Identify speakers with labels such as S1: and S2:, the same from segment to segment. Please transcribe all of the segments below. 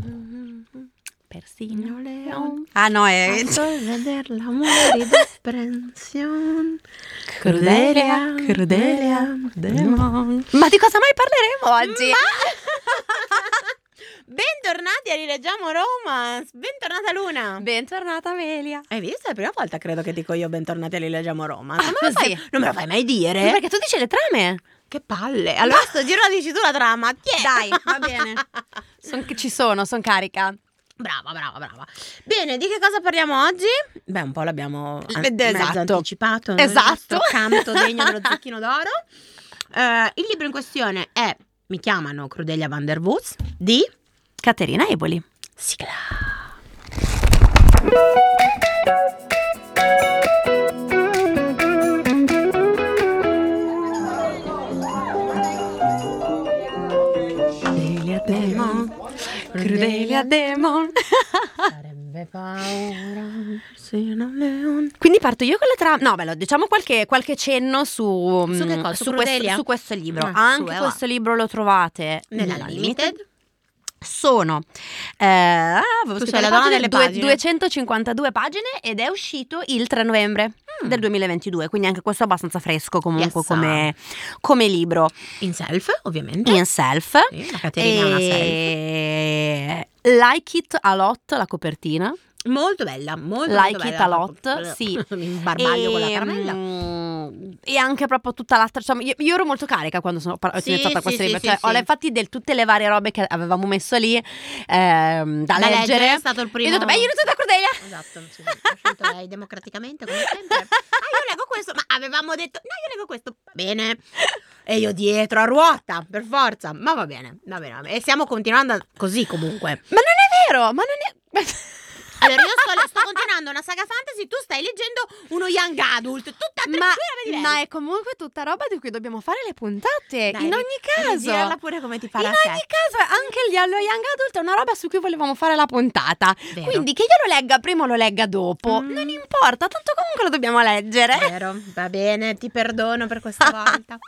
S1: Eh,
S2: Persino Leon.
S1: Ah no, è...
S2: A sorveder l'amore d'apprensione.
S1: Cordelia, Cordelia, Demon. Ma di cosa mai parleremo oggi?
S3: Bentornati a Rileggiamo Romance. Bentornata Luna.
S1: Ah, Bentornata Amelia.
S3: Hai visto? È la prima volta credo che dico io bentornati a Rileggiamo Romance.
S1: Ah,
S3: Ma lo
S1: così?
S3: fai- non me lo fai mai dire.
S1: Ma Perché tu dici le trame?
S3: Che palle. Allora sto giro la dici tu la trama. Tiè.
S1: Dai, va bene. Son- ci sono, sono carica.
S3: Brava, brava, brava. Bene, di che cosa parliamo oggi? Beh, un po' l'abbiamo an-
S1: Ed è
S3: mezzo
S1: esatto.
S3: anticipato.
S1: Esatto.
S3: Questo canto degno dello zecchino d'oro. Eh, il libro in questione è Mi chiamano Crudelia van der Woes di
S1: Caterina Eboli.
S3: Sigla.
S1: Crudelia Demon. Crudelia Demon.
S3: Sarebbe paura se non leon.
S1: Quindi parto io con le trame. No, bello, diciamo qualche, qualche cenno su,
S3: Su che cosa? Su
S1: questo,
S3: Crudelia?
S1: su questo libro.
S3: Ah, su
S1: Anche
S3: Eva.
S1: questo libro lo trovate
S3: Nella limited.
S1: Sono eh, ah, avevo
S3: Tu sei
S1: scritto
S3: la
S1: le
S3: donna
S1: pagine,
S3: delle
S1: due-
S3: pagine.
S1: 252 pagine ed è uscito il 3 novembre
S3: Mm.
S1: del 2022, quindi anche questo è abbastanza fresco comunque
S3: Yes.
S1: come, come libro
S3: In self, ovviamente.
S1: in self.
S3: Sì, la Caterina è una self.
S1: E- Like It A Lot, la copertina.
S3: Molto bella, molto
S1: Like
S3: molto
S1: it
S3: bella.
S1: a lot, sì.
S3: Mi imbarbaglio con la caramella.
S1: mm, Ehm, E anche proprio tutta l'altra. Insomma, io, io ero molto carica quando sono par- ho
S3: Sì,
S1: iniziato a
S3: sì,
S1: questo
S3: sì,
S1: libro.
S3: sì,
S1: cioè,
S3: sì.
S1: ho le- fatti del, tutte le varie robe che avevamo messo lì ehm, da,
S3: Da
S1: leggere.
S3: è stato il primo.
S1: E ho detto, beh, io ero tutta Cordelia.
S3: Esatto, sì, ho scelto lei democraticamente come sempre. Ah, io leggo questo, ma avevamo detto "No, io leggo questo". Va bene. E io dietro a ruota, per forza. Ma va bene, va bene. va bene. E stiamo continuando così comunque.
S1: Ma non è vero, ma non è.
S3: Allora, io sto, sto continuando una saga fantasy, tu stai leggendo uno young adult, tutta tre
S1: Ma-
S3: due robe
S1: ma,
S3: diverse.
S1: è comunque tutta roba di cui dobbiamo fare le puntate.
S3: Dai,
S1: in ogni caso.
S3: rigirala pure come ti pare
S1: in
S3: a
S1: ogni
S3: te.
S1: caso, anche gli allo Young Adult è una roba su cui volevamo fare la puntata.
S3: Vero.
S1: Quindi che io lo legga prima o lo legga dopo,
S3: Mm.
S1: non importa, tanto comunque lo dobbiamo leggere.
S3: Vero, va bene, ti perdono per questa volta.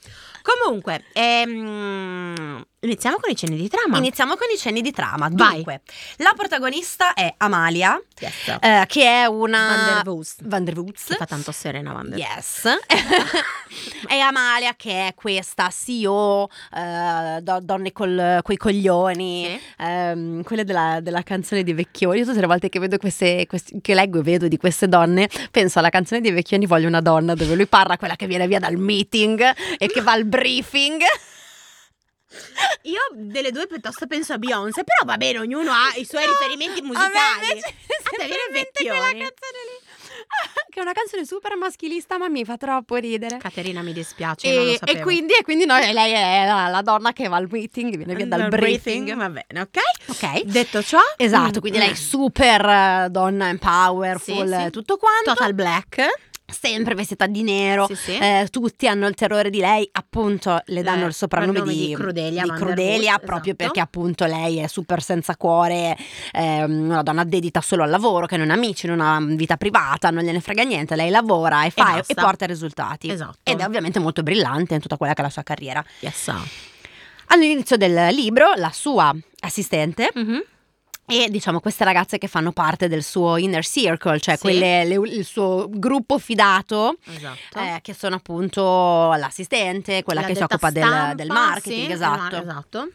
S3: Comunque, ehm, iniziamo con i cenni di trama.
S1: Iniziamo con i cenni di trama.
S3: Vai.
S1: Dunque, la protagonista è Amalia,
S3: Yes.
S1: eh, che è una
S3: Van der Voos.
S1: Van der Woes.
S3: Ti fa tanto serena Van der
S1: Yes. e Amalia che è questa CEO, eh, do- donne col, coi coglioni,
S3: Sì.
S1: ehm, quelle della, della canzone dei vecchioni. Io tutte le volte che vedo queste, questi- che leggo e vedo di queste donne, penso alla canzone dei vecchioni Voglio una donna, dove lui parla quella che viene via dal meeting e che va al briefing.
S3: Io delle due piuttosto penso a Beyoncé, però va bene, ognuno ha Ah, i suoi
S1: No,
S3: riferimenti musicali.
S1: A me invece
S3: te
S1: sempre
S3: viene
S1: in mente quella
S3: Vecchioni.
S1: canzone lì. Che è una canzone super maschilista, ma mi fa troppo ridere.
S3: Caterina mi dispiace, Cioè, non lo
S1: E,
S3: sapevo.
S1: e quindi, e quindi noi- lei è la, la donna che va al meeting, viene via dal
S3: Dal
S1: briefing.
S3: va bene, ok?
S1: Ok.
S3: Detto ciò,
S1: Esatto,
S3: Mm,
S1: quindi
S3: mm.
S1: lei è super eh, donna and powerful,
S3: Sì, sì.
S1: eh, tutto quanto.
S3: total black.
S1: Sempre vestita di nero.
S3: Sì, sì.
S1: eh, tutti hanno il terrore di lei, appunto le danno
S3: Eh,
S1: il soprannome
S3: cognome
S1: di,
S3: di Crudelia
S1: di
S3: Van der
S1: Crudelia,
S3: Woest,
S1: proprio
S3: esatto.
S1: perché appunto lei è super senza cuore, ehm, una donna dedita solo al lavoro, che non ha amici, non ha vita privata, non gliene frega niente, lei lavora e fa e,
S3: basta.
S1: porta risultati.
S3: Esatto.
S1: Ed è ovviamente molto brillante in tutta quella che è la sua carriera.
S3: Yes.
S1: All'inizio del libro la sua assistente
S3: Mhm.
S1: e diciamo queste ragazze che fanno parte del suo inner circle, cioè
S3: Sì.
S1: quelle- le- il suo gruppo fidato.
S3: Esatto.
S1: eh, che sono appunto l'assistente, quella
S3: La
S1: che si
S3: detta
S1: occupa del,
S3: stampa,
S1: del marketing,
S3: sì,
S1: esatto.
S3: no, esatto.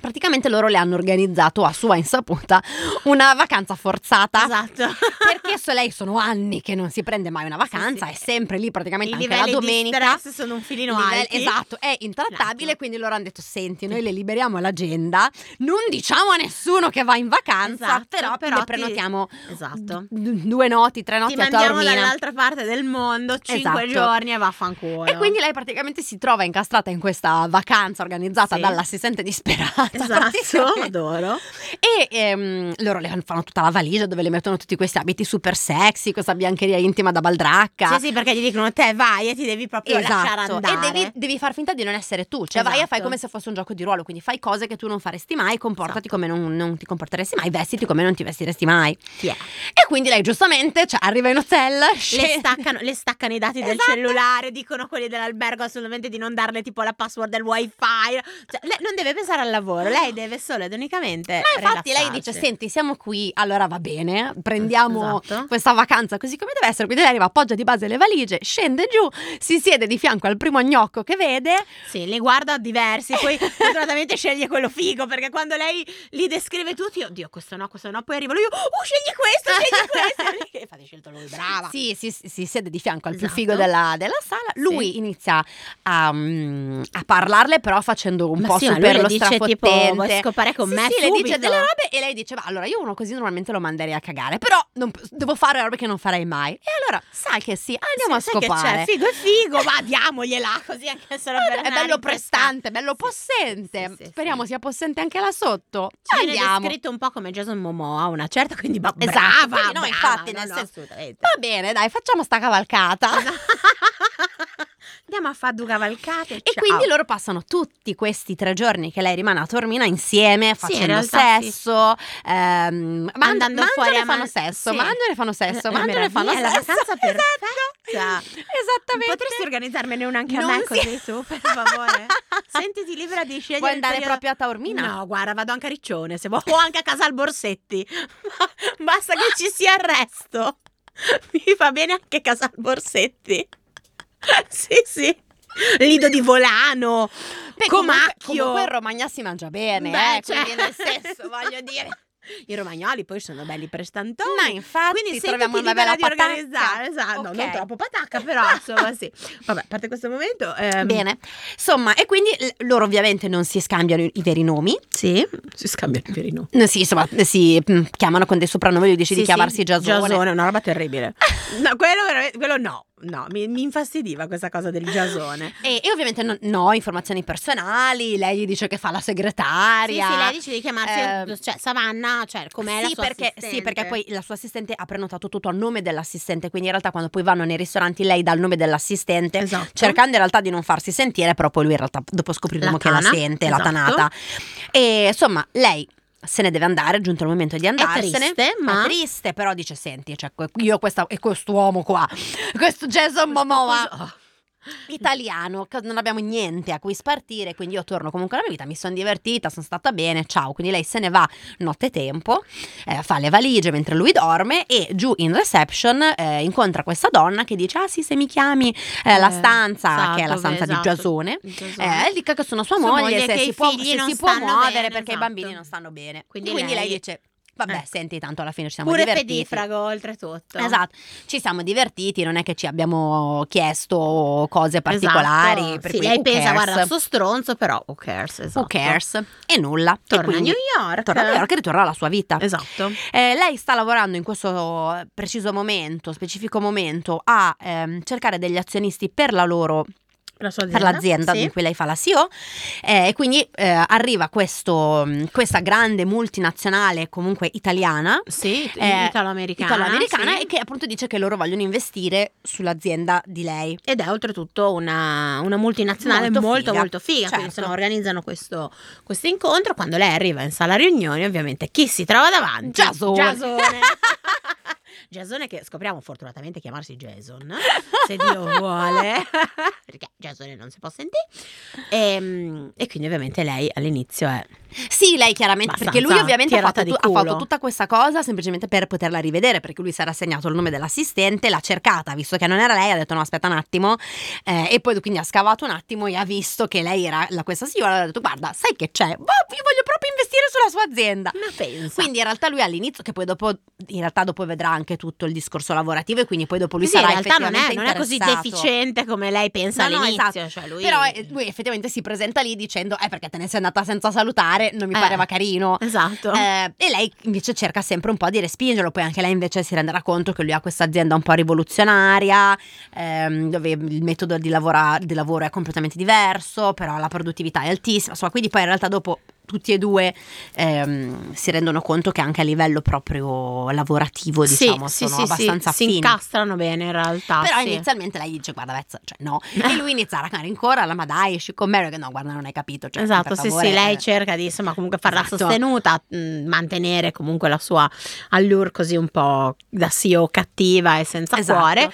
S1: Praticamente loro le hanno organizzato a sua insaputa una vacanza forzata.
S3: Esatto.
S1: Perché so lei sono anni che non si prende mai una vacanza,
S3: sì.
S1: è sempre lì praticamente
S3: I
S1: anche la
S3: livelli
S1: domenica.
S3: di stress sono un filino
S1: Il livello-
S3: alti.
S1: Esatto, è intrattabile,
S3: Esatto.
S1: quindi loro hanno detto, senti, noi le liberiamo l'agenda, non diciamo a nessuno che va in vacanza,
S3: Esatto,
S1: però,
S3: però
S1: le
S3: ti-
S1: prenotiamo
S3: Esatto.
S1: d- due noti, tre
S3: Ti
S1: noti a
S3: mandiamo
S1: Taormina.
S3: dall'altra parte del mondo, cinque
S1: Esatto.
S3: giorni e vaffanculo.
S1: E quindi lei praticamente si trova incastrata in questa vacanza organizzata
S3: Sì.
S1: dall'assistente disperata.
S3: Esatto,
S1: praticamente.
S3: adoro.
S1: E ehm, loro le fanno tutta la valigia dove le mettono tutti questi abiti super sexy, questa biancheria intima da baldracca.
S3: Sì, sì, perché gli dicono te vai e ti devi proprio lasciare
S1: Esatto, e
S3: andare.
S1: devi, devi far finta di non essere tu, cioè vai e fai
S3: Esatto.
S1: come se fosse un gioco di ruolo, quindi fai cose che tu non faresti mai, comportati
S3: Esatto.
S1: come non, non ti comporteresti mai, vestiti come non ti vestiresti mai.
S3: Chi è?
S1: E quindi lei giustamente cioè, arriva in hotel,
S3: Le
S1: scende-
S3: staccano, le staccano i dati del
S1: Cioè Esatto.
S3: cellulare, dicono quelli dell'albergo assolutamente di non darle tipo la password del wifi. Cioè, lei non deve pensare al lavoro, lavoro. Lei deve solo ed unicamente.
S1: Ma infatti lei dice:
S3: rilassarsi.
S1: Senti, siamo qui, allora va bene, prendiamo
S3: Esatto.
S1: questa vacanza così come deve essere. Quindi lei arriva, appoggia di base le valigie, scende giù, si siede di fianco al primo gnocco che vede.
S3: Sì, li guarda diversi, poi fortunatamente sceglie quello figo, perché quando lei li descrive tutti, io, Dio, questo no, questo no, poi arrivo lui, oh, scegli questo, scegli questo. E fate scelto lui, brava.
S1: Sì, si, si- si siede di fianco al più
S3: Esatto.
S1: figo della, della sala. Lui
S3: Sì.
S1: inizia a, mm, a parlarle, però facendo un
S3: Ma
S1: po'
S3: sì, ma lui
S1: super
S3: le
S1: lo
S3: dice,
S1: strafottente.
S3: tipo, "Vuoi scopare con
S1: Sì,
S3: me
S1: sì, le dice
S3: subito?"
S1: delle robe e lei dice: Ma allora io uno così normalmente lo manderei a cagare, però non p- devo fare robe che non farei mai. E allora sai che sì, andiamo
S3: Sì,
S1: a
S3: sai che c'è?
S1: scopare.
S3: Figo è figo, ma diamogliela così anche solo
S1: Eh,
S3: per
S1: è
S3: andare
S1: bello
S3: in questa-
S1: prestante, bello
S3: Sì,
S1: possente.
S3: sì, sì, sì.
S1: Speriamo sia possente anche là sotto.
S3: Ci viene
S1: Andiamo.
S3: descritto un po' come Jason Momoa, una certa, quindi ma
S1: Esatto,
S3: brava,
S1: quindi no,
S3: brava,
S1: infatti,
S3: no,
S1: nel
S3: no,
S1: senso-
S3: assolutamente.
S1: Va bene, dai, facciamo sta cavalcata.
S3: Andiamo a fare due cavalcate.
S1: E quindi loro passano tutti questi tre giorni che lei rimane a Tormina insieme,
S3: Sì, in
S1: facendo
S3: realtà sì.
S1: sesso, ehm, man-
S3: Andando
S1: mangiano
S3: fuori
S1: e
S3: a
S1: fanno
S3: man-
S1: sesso,
S3: sì.
S1: mangiano e fanno
S3: È
S1: sesso,
S3: una
S1: mangiano e fanno
S3: meraviglia,
S1: sesso.
S3: è la vacanza
S1: Esatto.
S3: perfetta.
S1: Esattamente.
S3: Potresti organizzarmene una anche
S1: Non
S3: a me
S1: si-
S3: così tu, per favore? Sentiti libera di scegliere
S1: Vuoi
S3: il
S1: andare
S3: periodo-
S1: proprio a Taormina?
S3: No, guarda, vado anche a Riccione se vuoi, o anche a casa al Borsetti. Basta che ci sia il resto. Mi fa bene anche casa al Borsetti. Sì, sì. Lido di Volano,
S1: Beh, comunque-
S3: Comacchio.
S1: Comunque in Romagna si mangia bene,
S3: Beh,
S1: eh,
S3: cioè.
S1: quindi nel senso, voglio dire.
S3: I romagnoli poi sono belli prestantoni.
S1: Ma infatti
S3: Quindi
S1: troviamo
S3: sentiti
S1: una bella
S3: libera
S1: patacca.
S3: di organizzare, esatto,
S1: Ok.
S3: no, non troppo patacca, però insomma sì. Vabbè, a parte questo momento. ehm,
S1: Bene, insomma, e quindi l- loro ovviamente non si scambiano i i veri nomi,
S3: Sì, si scambiano i veri nomi.
S1: Eh, sì, insomma, eh, si mm, chiamano con dei soprannomi, lui dice di chiamarsi Giasone.
S3: è una roba terribile. No, quello, veramente- quello no, no, mi, mi infastidiva questa cosa del Giasone.
S1: E, e ovviamente no, no, informazioni personali, lei gli dice che fa la
S3: Sì,
S1: segretaria.
S3: sì, lei dice di chiamarsi
S1: Ehm,
S3: cioè, Savanna, cioè com'è la
S1: Sì,
S3: sua
S1: perché, sì,
S3: assistente.
S1: perché poi la sua assistente ha prenotato tutto a nome dell'assistente, quindi in realtà quando poi vanno nei ristoranti lei dà il nome dell'assistente,
S3: Esatto.
S1: cercando in realtà di non farsi sentire, però poi lui in realtà dopo scopriremo
S3: La
S1: che la
S3: tana,
S1: sente, la
S3: esatto.
S1: tanata. E insomma, lei se ne deve andare, è giunto il momento di andarsene.
S3: triste, ma-
S1: È triste, però dice, senti, cioè, que- io questa, e quest'uomo qua, questo Jason Momoa...
S3: Oh,
S1: italiano, che non abbiamo niente a cui spartire, quindi io torno comunque alla mia vita, mi sono divertita, sono stata bene, ciao. Quindi lei se ne va nottetempo, eh, fa le valigie mentre lui dorme e giù in reception eh, incontra questa donna che dice "Ah sì, se mi chiami eh, la
S3: Eh,
S1: stanza che è la
S3: esatto,
S1: stanza di
S3: esatto.
S1: Giasone".
S3: il Giasone.
S1: Eh, dica che sono sua
S3: Sua
S1: moglie,
S3: moglie,
S1: se
S3: che
S1: si
S3: i
S1: può,
S3: figli
S1: se
S3: non
S1: si può
S3: stanno
S1: muovere
S3: bene,
S1: perché i
S3: esatto.
S1: bambini non stanno bene. Quindi,
S3: Quindi
S1: lei...
S3: lei-
S1: dice Vabbè,
S3: Eh.
S1: senti, tanto alla fine ci siamo
S3: Pure
S1: divertiti.
S3: pedifrago, oltretutto.
S1: Esatto, ci siamo divertiti, non è che ci abbiamo chiesto cose particolari.
S3: Esatto.
S1: per
S3: Sì,
S1: cui
S3: lei
S1: who
S3: pensa,
S1: cares?
S3: guarda, sto stronzo, però who cares, esatto.
S1: Who cares? E nulla.
S3: Torna
S1: e quindi
S3: a New York.
S1: torna a New York e ritorna alla sua vita.
S3: Esatto.
S1: Eh, lei sta lavorando in questo preciso momento, specifico momento, a ehm, cercare degli azionisti per la loro
S3: La sua
S1: per l'azienda
S3: sì.
S1: in cui lei fa la CEO eh, e quindi eh, arriva questo, mh, questa grande multinazionale comunque italiana
S3: Sì, it-
S1: eh,
S3: italo-americana.
S1: italoamericana
S3: sì.
S1: e che appunto dice che loro vogliono investire sull'azienda di lei.
S3: Ed è oltretutto una, una multinazionale
S1: Molto
S3: molto, molto
S1: figa.
S3: figa. Quindi
S1: Certo.
S3: insomma, organizzano questo, questo incontro. Quando lei arriva in sala riunioni, ovviamente chi si trova davanti?
S1: Giasone.
S3: Giasone. Giasone che scopriamo fortunatamente chiamarsi Jason, se Dio vuole, perché Giasone non si può sentire. E, e quindi ovviamente lei all'inizio è...
S1: Sì, lei chiaramente,
S3: Abbastanza
S1: perché lui ovviamente ha
S3: tirata
S1: fatto,
S3: di
S1: tu- ha
S3: culo.
S1: fatto tutta questa cosa semplicemente per poterla rivedere, perché lui si era segnato il nome dell'assistente, l'ha cercata, visto che non era lei, ha detto no aspetta un attimo, eh, e poi quindi ha scavato un attimo e ha visto che lei era la, questa signora, ha detto guarda sai che c'è, Boh, io voglio proprio investire sulla sua azienda.
S3: Ma pensa.
S1: Quindi in realtà lui all'inizio, che poi dopo, in realtà dopo vedrà anche tutto il discorso lavorativo e quindi poi dopo lui
S3: Sì,
S1: sarà
S3: in realtà non è,
S1: effettivamente
S3: non è così
S1: interessato.
S3: deficiente come lei pensa
S1: No, no,
S3: all'inizio.
S1: esatto.
S3: cioè lui...
S1: Però eh, lui effettivamente si presenta lì dicendo eh perché te ne sei andata senza salutare, non mi
S3: Eh.
S1: pareva carino.
S3: Esatto.
S1: Eh, e lei invece cerca sempre un po' di respingerlo, poi anche lei invece si renderà conto che lui ha questa azienda un po' rivoluzionaria, ehm, dove il metodo di, lavora- di lavoro è completamente diverso, però la produttività è altissima, insomma, quindi poi in realtà dopo tutti e due ehm, si rendono conto che anche a livello proprio lavorativo, diciamo, sono abbastanza
S3: si
S1: affini.
S3: incastrano bene in realtà.
S1: Però
S3: Ah, sì.
S1: inizialmente lei dice guarda Vezza, cioè no. E lui inizia a raccare in cora, la ma dai, esci con me, che no, guarda, non hai capito. Cioè,
S3: Esatto,
S1: per
S3: sì,
S1: favore,
S3: sì, lei
S1: eh.
S3: cerca di insomma comunque farla
S1: Esatto.
S3: sostenuta, mh, mantenere comunque la sua allure così un po' da CEO cattiva e senza
S1: Esatto.
S3: cuore.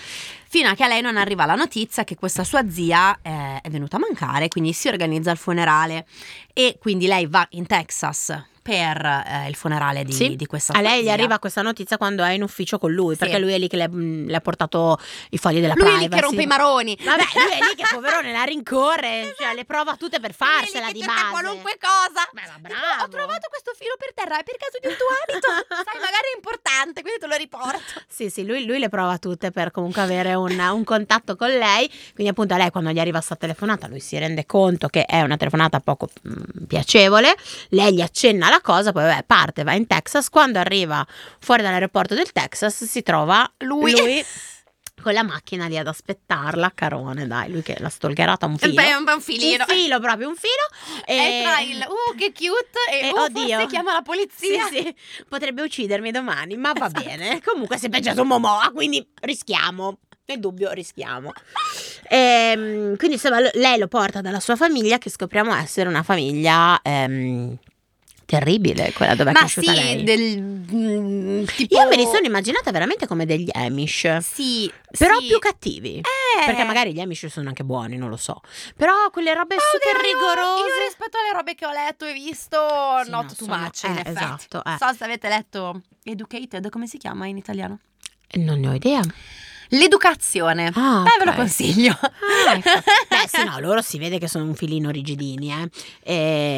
S1: fino a che a lei non arriva la notizia che questa sua zia eh, è venuta a mancare, quindi si organizza il funerale e quindi lei va in Texas per eh, il funerale di,
S3: Sì.
S1: di questa
S3: A
S1: sua
S3: lei gli
S1: zia.
S3: arriva questa notizia quando è in ufficio con lui,
S1: Sì.
S3: perché lui è lì che le, mh, le ha portato i fogli della
S1: Lui è lì
S3: privacy.
S1: che rompe i maroni.
S3: Vabbè, lui è lì che poverone la rincorre, cioè le prova tutte per farsela
S1: Lui è
S3: di
S1: lì che cerca
S3: base.
S1: qualunque cosa.
S3: Beh, ma
S1: Dico,
S3: bravo.
S1: Ho trovato questo filo per terra, è per caso di un tuo abito. Sai, magari è importante, quindi te lo riporto.
S3: Sì, sì, lui, lui le prova tutte per comunque avere un, un contatto con lei. Quindi, appunto, a lei quando gli arriva sta telefonata, lui si rende conto che è una telefonata poco mm, piacevole. Lei gli accenna la cosa, poi vabbè, parte, va in Texas. Quando arriva fuori dall'aeroporto del Texas, si trova lui, con la macchina lì ad aspettarla. Carone, dai, lui che l'ha stalkerata un filo.
S1: Beh, è un po' un
S3: Un
S1: filino.
S3: filo, proprio un filo.
S1: È tra il uh che cute e
S3: Eh,
S1: uh
S3: oddio.
S1: forse chiama la
S3: Sì,
S1: polizia.
S3: sì, potrebbe uccidermi domani, ma va
S1: Esatto.
S3: bene. Comunque si è pensato un Momoa, ah, quindi rischiamo. Nel dubbio rischiamo. Ehm, quindi insomma lo- lei lo porta dalla sua famiglia che scopriamo essere una famiglia ehm, terribile, quella dove è
S1: Ma
S3: cresciuta
S1: sì,
S3: lei.
S1: del mm, tipo
S3: Io me li sono immaginata veramente come degli Amish,
S1: Sì,
S3: però
S1: sì.
S3: più cattivi.
S1: Eh.
S3: Perché magari gli Amish sono anche buoni, non lo so. Però quelle robe
S1: Oddio,
S3: super
S1: io-
S3: rigorose.
S1: Io rispetto alle robe che ho letto e visto,
S3: Sì,
S1: not
S3: no,
S1: too
S3: sono-
S1: much.
S3: eh,
S1: in effetti.
S3: esatto, eh.
S1: Non so se avete letto Educated, come si chiama in italiano?
S3: eh. Non ne ho idea.
S1: L'educazione.
S3: Ah,
S1: Beh, ve lo
S3: ok.
S1: consiglio.
S3: Ah, ecco. Beh, sì, no, loro si vede che sono un filino rigidini, eh.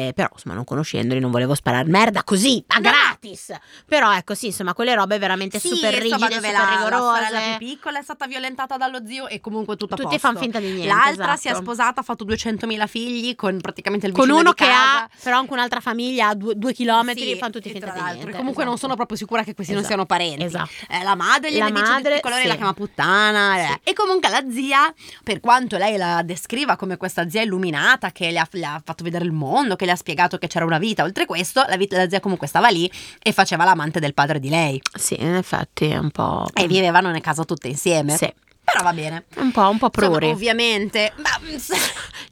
S3: Eh, però, insomma, non conoscendoli, non volevo sparare merda così, a
S1: No.
S3: gratis. Però, ecco, sì, insomma, quelle robe veramente
S1: Sì,
S3: super rigide,
S1: insomma, dove
S3: super
S1: la, la
S3: rigorose.
S1: sorella più piccola è stata violentata dallo zio e comunque tutto a
S3: Tutti
S1: posto.
S3: fan finta di niente.
S1: L'altra si è
S3: esatto.
S1: sposata, ha fatto 200.000 figli con praticamente il
S3: Con
S1: vicino
S3: uno
S1: di
S3: che
S1: casa.
S3: ha, però, anche un'altra famiglia a due, due chilometri,
S1: Sì,
S3: fanno tutti
S1: e
S3: finta
S1: tra
S3: di
S1: l'altro,
S3: niente.
S1: Comunque non
S3: esatto.
S1: sono proprio sicura che questi non
S3: Esatto.
S1: siano parenti.
S3: Esatto.
S1: Eh, la madre
S3: La
S1: gliene dice
S3: madre,
S1: tutti i colori
S3: sì.
S1: la chiama puttana. eh. E comunque la zia, per quanto lei la descriva come questa zia illuminata che le ha, le ha fatto vedere il mondo, che le ha spiegato che c'era una vita, oltre questo, la, vita- la zia comunque stava lì e faceva l'amante del padre di lei.
S3: Sì, in effetti è un po'.
S1: E vivevano nel casa tutte insieme.
S3: Mm. Sì,
S1: Però va bene.
S3: un po', un po'
S1: Insomma, oh,
S3: pruri.
S1: ovviamente. Ma, mm,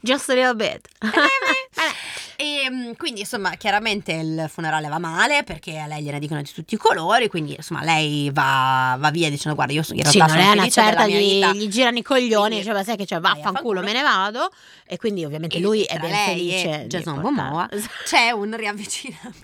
S3: Just a little bit.
S1: Eh, Vabbè. E mm, quindi insomma chiaramente il funerale va male perché a lei gliene dicono di tutti i colori, quindi insomma lei va, va via dicendo guarda io in realtà
S3: Sì, non
S1: sono
S3: è una
S1: felice
S3: certa,
S1: della mia
S3: gli,
S1: vita.
S3: gli girano i coglioni,
S1: Quindi,
S3: cioè, ma sai che cioè,
S1: vai a
S3: vaffanculo,
S1: fanculo.
S3: me ne vado. E quindi ovviamente
S1: E
S3: lui
S1: tra
S3: è ben
S1: lei
S3: felice.
S1: e
S3: di
S1: Jason
S3: portare-
S1: Momoa c'è un riavvicinamento.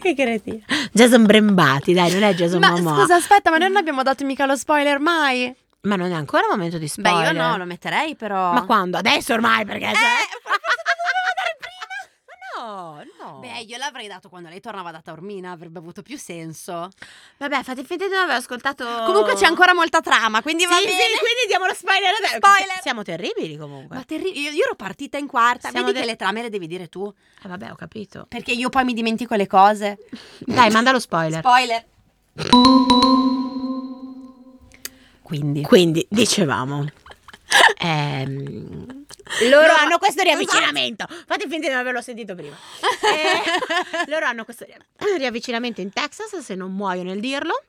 S3: che cretino. Jason Brembati, dai, non è Jason
S1: ma
S3: Momoa.
S1: scusa aspetta ma noi non abbiamo dato mica lo spoiler mai?
S3: Ma non è ancora un momento di
S1: Beh
S3: spoiler.
S1: io no lo metterei però.
S3: Ma quando? Adesso ormai, perché
S1: Eh,
S3: cioè...
S1: forse
S3: Ma no, no.
S1: Beh io l'avrei dato quando lei tornava da Taormina avrebbe avuto più senso.
S3: Vabbè, fate finta di non aver ascoltato...
S1: Comunque c'è ancora molta trama quindi
S3: Sì,
S1: va
S3: sì,
S1: bene.
S3: quindi diamo lo spoiler adesso.
S1: Spoiler.
S3: Siamo terribili comunque.
S1: Ma terri- io, io ero partita in quarta.
S3: Siamo
S1: Vedi
S3: de-
S1: che le trame le devi dire tu.
S3: Eh, vabbè, ho capito.
S1: Perché io poi mi dimentico le cose.
S3: Dai, manda lo spoiler.
S1: Spoiler. Quindi.
S3: Quindi, dicevamo... Ehm, loro
S1: Loro-
S3: hanno questo riavvicinamento. Fate finta di non averlo sentito prima. Eh, loro hanno questo ri- riavvicinamento in Texas, se non muoio nel dirlo.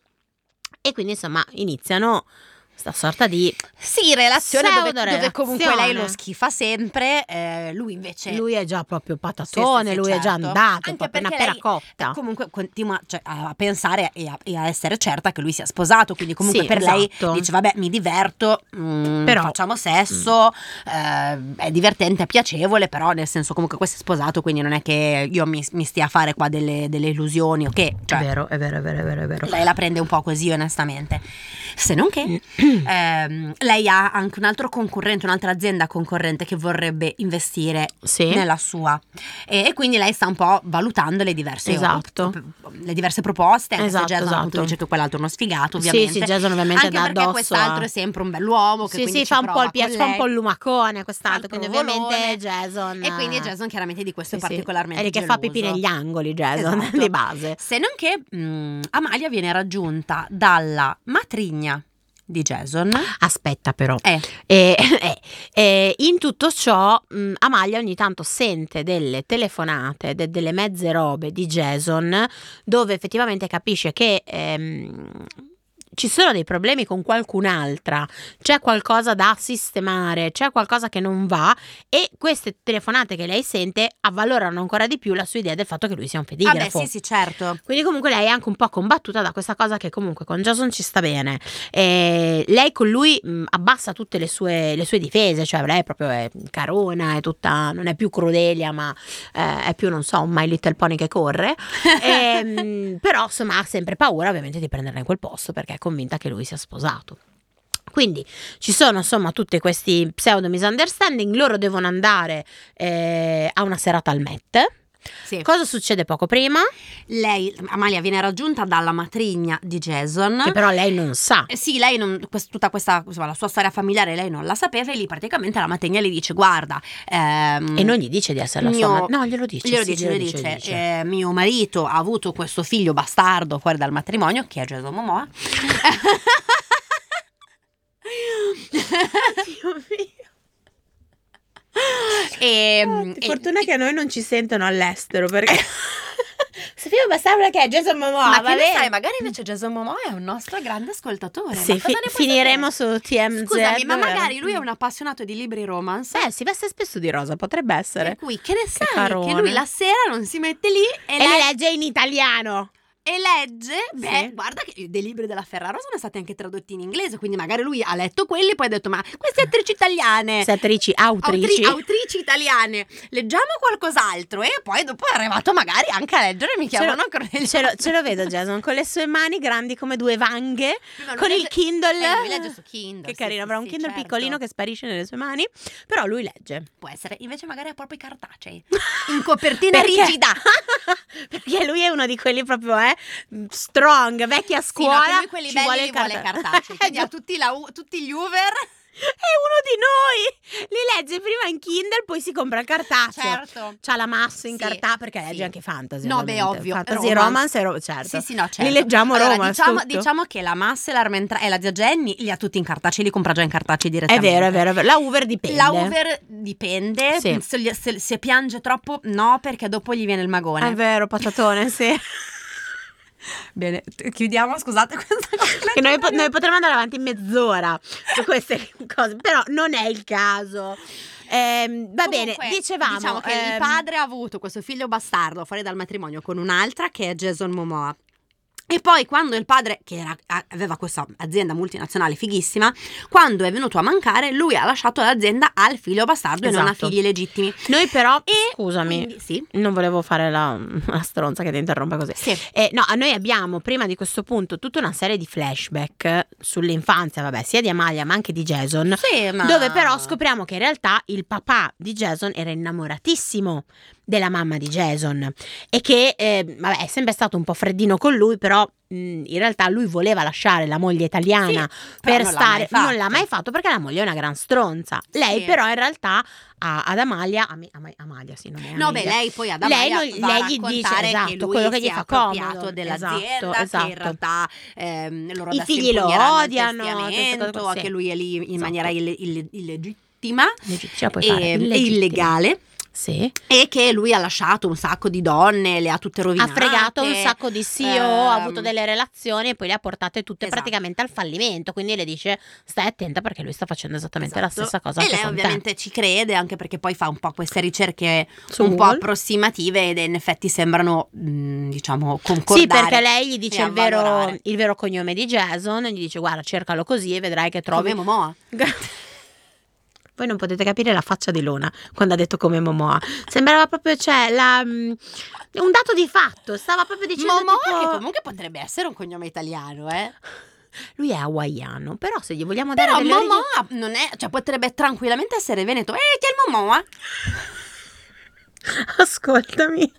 S3: E quindi, insomma, iniziano questa sorta di.
S1: Sì, relazione dove,
S3: Pseudo
S1: dove comunque
S3: relazione.
S1: lei lo schifa sempre. eh, lui invece.
S3: Lui è già proprio patatone,
S1: Sì, sì, sì,
S3: lui è già
S1: certo.
S3: andato, è
S1: Anche
S3: proprio una
S1: perché
S3: pera
S1: lei-
S3: cotta.
S1: Comunque continua cioè, a pensare e a, e a essere certa che lui sia sposato, quindi comunque
S3: Sì,
S1: per
S3: esatto.
S1: lei dice vabbè mi diverto, mm,
S3: Però-
S1: facciamo sesso, eh, è divertente, è piacevole, però nel senso comunque questo è sposato, quindi non è che io mi, mi stia a fare qua delle, delle illusioni o che,
S3: è
S1: cioè
S3: vero, è vero, è vero, è vero, è vero.
S1: lei la prende un po' così onestamente. Se non che ehm, lei ha anche un altro concorrente, un'altra azienda concorrente che vorrebbe investire
S3: Sì.
S1: nella sua. E, e quindi lei sta un po' valutando le diverse,
S3: Esatto.
S1: op- mm, le diverse proposte. Anche
S3: Esatto,
S1: se Jason appunto
S3: esatto.
S1: dice che quell'altro è uno sfigato,
S3: Sì,
S1: ovviamente.
S3: sì, Jason ovviamente
S1: anche
S3: dà
S1: perché
S3: addosso.
S1: quest'altro
S3: a-
S1: è sempre un bell'uomo. Che
S3: Sì, sì,
S1: quindi ci
S3: fa un po'
S1: prova
S3: il piace,
S1: con
S3: fa un
S1: lei.
S3: po' il lumacone quest'altro,
S1: Fa il
S3: quindi ovviamente
S1: provolone.
S3: Jason.
S1: E quindi Jason chiaramente di questo è particolarmente
S3: È che fa pipì
S1: geloso.
S3: negli angoli Jason,
S1: Esatto.
S3: di base.
S1: Se non che mh, Amalia viene raggiunta dalla matrigna di Jason.
S3: Aspetta però.
S1: Eh,
S3: E, eh, eh, in tutto ciò, mh, Amalia ogni tanto sente delle telefonate, de- delle mezze robe di Jason, dove effettivamente capisce che ehm, ci sono dei problemi con qualcun'altra, c'è qualcosa da sistemare, c'è qualcosa che non va e queste telefonate che lei sente avvalorano ancora di più la sua idea del fatto che lui sia un
S1: Vabbè,
S3: fedigrafo.
S1: sì, sì, certo.
S3: Quindi comunque lei è anche un po' combattuta da questa cosa che comunque con Jason ci sta bene. E lei con lui mh, abbassa tutte le sue, le sue difese, cioè lei proprio è carona, è tutta, non è più Crudelia ma eh, è più, non so, un My Little Pony che corre. E, mh, però insomma ha sempre paura ovviamente di prenderla in quel posto perché è convinta che lui sia sposato. Quindi ci sono insomma tutti questi pseudo misunderstanding, loro devono andare eh, a una serata al Met.
S1: Sì.
S3: Cosa succede poco prima?
S1: Lei, Amalia, viene raggiunta dalla matrigna di Jason.
S3: Che però lei non sa.
S1: Eh Sì, lei non, quest- tutta questa, insomma, la sua storia familiare lei non la sapeva e lì praticamente la matrigna le dice guarda... ehm,
S3: E non gli dice di essere la
S1: Mio-
S3: sua madre. No, glielo dice.
S1: Glielo
S3: sì,
S1: dice,
S3: glielo
S1: glielo
S3: dice,
S1: dice,
S3: dice.
S1: eh, mio marito ha avuto questo figlio bastardo fuori dal matrimonio, che è Jason Momoa. e,
S3: Ehm,
S1: mm, e-
S3: che a noi non ci sentono all'estero perché... Sapevo bastava che è Jason Momoa,
S1: ma
S3: va
S1: che ne
S3: bene.
S1: sai, magari invece Jason Momoa è un nostro grande ascoltatore.
S3: Sì,
S1: ma cosa
S3: fi-
S1: ne puoi
S3: finiremo
S1: sapere?
S3: su TMZ.
S1: Scusami, ma magari lui è un appassionato di libri romance.
S3: Beh, Eh, si veste spesso di rosa, potrebbe essere.
S1: Per cui che ne sai
S3: carone.
S1: che lui la sera non si mette lì e,
S3: E
S1: le-
S3: le legge in italiano.
S1: e legge. Beh,
S3: Sì.
S1: guarda che dei libri della Ferraro sono stati anche tradotti in inglese, quindi magari lui ha letto quelli e poi ha detto "Ma queste attrici italiane,
S3: Se attrici, autrici.
S1: autri- Eh. autrici italiane, leggiamo qualcos'altro" e poi dopo è arrivato magari anche a leggere mi chiamano Cornelia.
S3: ce, lo, ce lo vedo Jason con le sue mani grandi come due vanghe
S1: Prima lui
S3: con il
S1: legge-
S3: Kindle
S1: eh, lui legge su Kindle,
S3: che
S1: sì,
S3: carino
S1: sì,
S3: avrà un
S1: sì,
S3: Kindle
S1: certo.
S3: piccolino che sparisce nelle sue mani però lui legge
S1: può essere, invece magari ha proprio i cartacei in copertina
S3: Perché-
S1: rigida.
S3: Perché lui è uno di quelli proprio, eh, strong, vecchi a
S1: Sì, no,
S3: scuola.
S1: che lui quelli
S3: ci
S1: belli
S3: vuole
S1: li
S3: il
S1: vuole i
S3: carta-
S1: cartacei, quindi
S3: È
S1: ha tutti, la U- tutti gli Uber.
S3: uno di noi. Li legge prima in Kindle, poi si compra il cartaceo.
S1: Certo.
S3: Ah, C'ha la massa in
S1: Sì,
S3: cartacea perché legge
S1: sì.
S3: anche fantasy.
S1: No, beh,
S3: ovviamente.
S1: ovvio.
S3: Fantasy,
S1: romance.
S3: romance, e ro- certo.
S1: Sì, sì, no, certo.
S3: Li leggiamo
S1: allora,
S3: romance,
S1: Diciamo,
S3: tutto.
S1: diciamo che la Masselar mentre- e la zia Jenny li ha tutti in cartacei, li compra già in cartacei
S3: È
S1: direttamente.
S3: vero, è vero, è vero. La Uber dipende.
S1: La Uber dipende,
S3: Sì.
S1: se, gli- se- se piange troppo no perché dopo gli viene il magone.
S3: È vero, patatone, sì.
S1: Bene, t- chiudiamo, scusate questa cosa. Cioè,
S3: Che noi, po- noi potremmo andare avanti mezz'ora su queste cose, però non è il caso. Ehm, va
S1: Comunque,
S3: bene, dicevamo
S1: Diciamo che
S3: ehm,
S1: il padre ha avuto questo figlio bastardo fuori dal matrimonio con un'altra che è Jason Momoa. E poi quando il padre, che era- a- aveva questa azienda multinazionale fighissima, quando è venuto a mancare, lui ha lasciato l'azienda al figlio bastardo e non a
S3: Esatto.
S1: figli legittimi.
S3: Noi però,
S1: E
S3: scusami,
S1: quindi- sì.
S3: non volevo fare la, la stronza che ti interrompa così.
S1: Sì.
S3: Eh, no, noi abbiamo prima di questo punto tutta una serie di flashback sull'infanzia, vabbè, sia di Amalia ma anche di Jason.
S1: Sì, ma-
S3: Dove però scopriamo che in realtà il papà di Jason era innamoratissimo della mamma di Jason e che eh, vabbè, è sempre stato un po' freddino con lui, però mh, in realtà lui voleva lasciare la moglie italiana
S1: però
S3: per
S1: non l'ha
S3: stare,
S1: mai
S3: non l'ha
S1: fatto.
S3: mai fatto perché la moglie è una gran stronza. Lei
S1: Sì.
S3: però in realtà a- ad Amalia, Ami- Ama- Amalia sì, non è
S1: No, beh,
S3: Amelia.
S1: lei poi ad
S3: Lei
S1: Amalia
S3: non-
S1: va
S3: lei
S1: a
S3: gli dice,
S1: raccontare che
S3: esatto,
S1: lui
S3: quello che
S1: si
S3: gli
S1: è
S3: fa
S1: appropriato
S3: comodo,
S1: dell'azienda,
S3: esatto,
S1: che in
S3: esatto.
S1: realtà ehm, loro
S3: I
S1: adesso
S3: figli lo
S1: impugneranno il
S3: odiano, tutte queste cose
S1: testamento,
S3: qua, sì.
S1: che lui è lì in
S3: Esatto.
S1: maniera ille- ille- illegittima
S3: Legittima, ce la puoi
S1: e-
S3: fare,
S1: e
S3: illegittima.
S1: illegale
S3: Sì.
S1: e che lui ha lasciato un sacco di donne, le ha tutte
S3: Ha
S1: rovinate.
S3: fregato un sacco di CEO, ha
S1: ehm,
S3: avuto delle relazioni e poi le ha portate tutte
S1: esatto.
S3: praticamente al fallimento. Quindi le dice: Stai attenta perché lui sta facendo esattamente la
S1: Esatto.
S3: stessa cosa.
S1: E
S3: anche
S1: lei
S3: con te."
S1: ovviamente ci crede anche perché poi fa un po' queste ricerche
S3: Su
S1: un po'
S3: Google.
S1: approssimative ed in effetti sembrano mh, diciamo concordare.
S3: Sì, perché lei gli dice
S1: e
S3: il vero,
S1: avvalorare.
S3: il vero cognome di Jason, gli dice guarda cercalo così e vedrai che
S1: Come
S3: trovi
S1: Momoa.
S3: Voi non potete capire la faccia di Luna quando ha detto come Momoa. Sembrava proprio, cioè, la- mm, un dato di fatto. Stava proprio dicendo
S1: Momoa
S3: tipo-
S1: che comunque potrebbe essere un cognome italiano, eh.
S3: Lui è hawaiano, però se gli vogliamo dare
S1: Però
S3: delle origini-
S1: Momoa non è, cioè potrebbe tranquillamente essere veneto. Eh, chi è il Momoa?
S3: Ascoltami.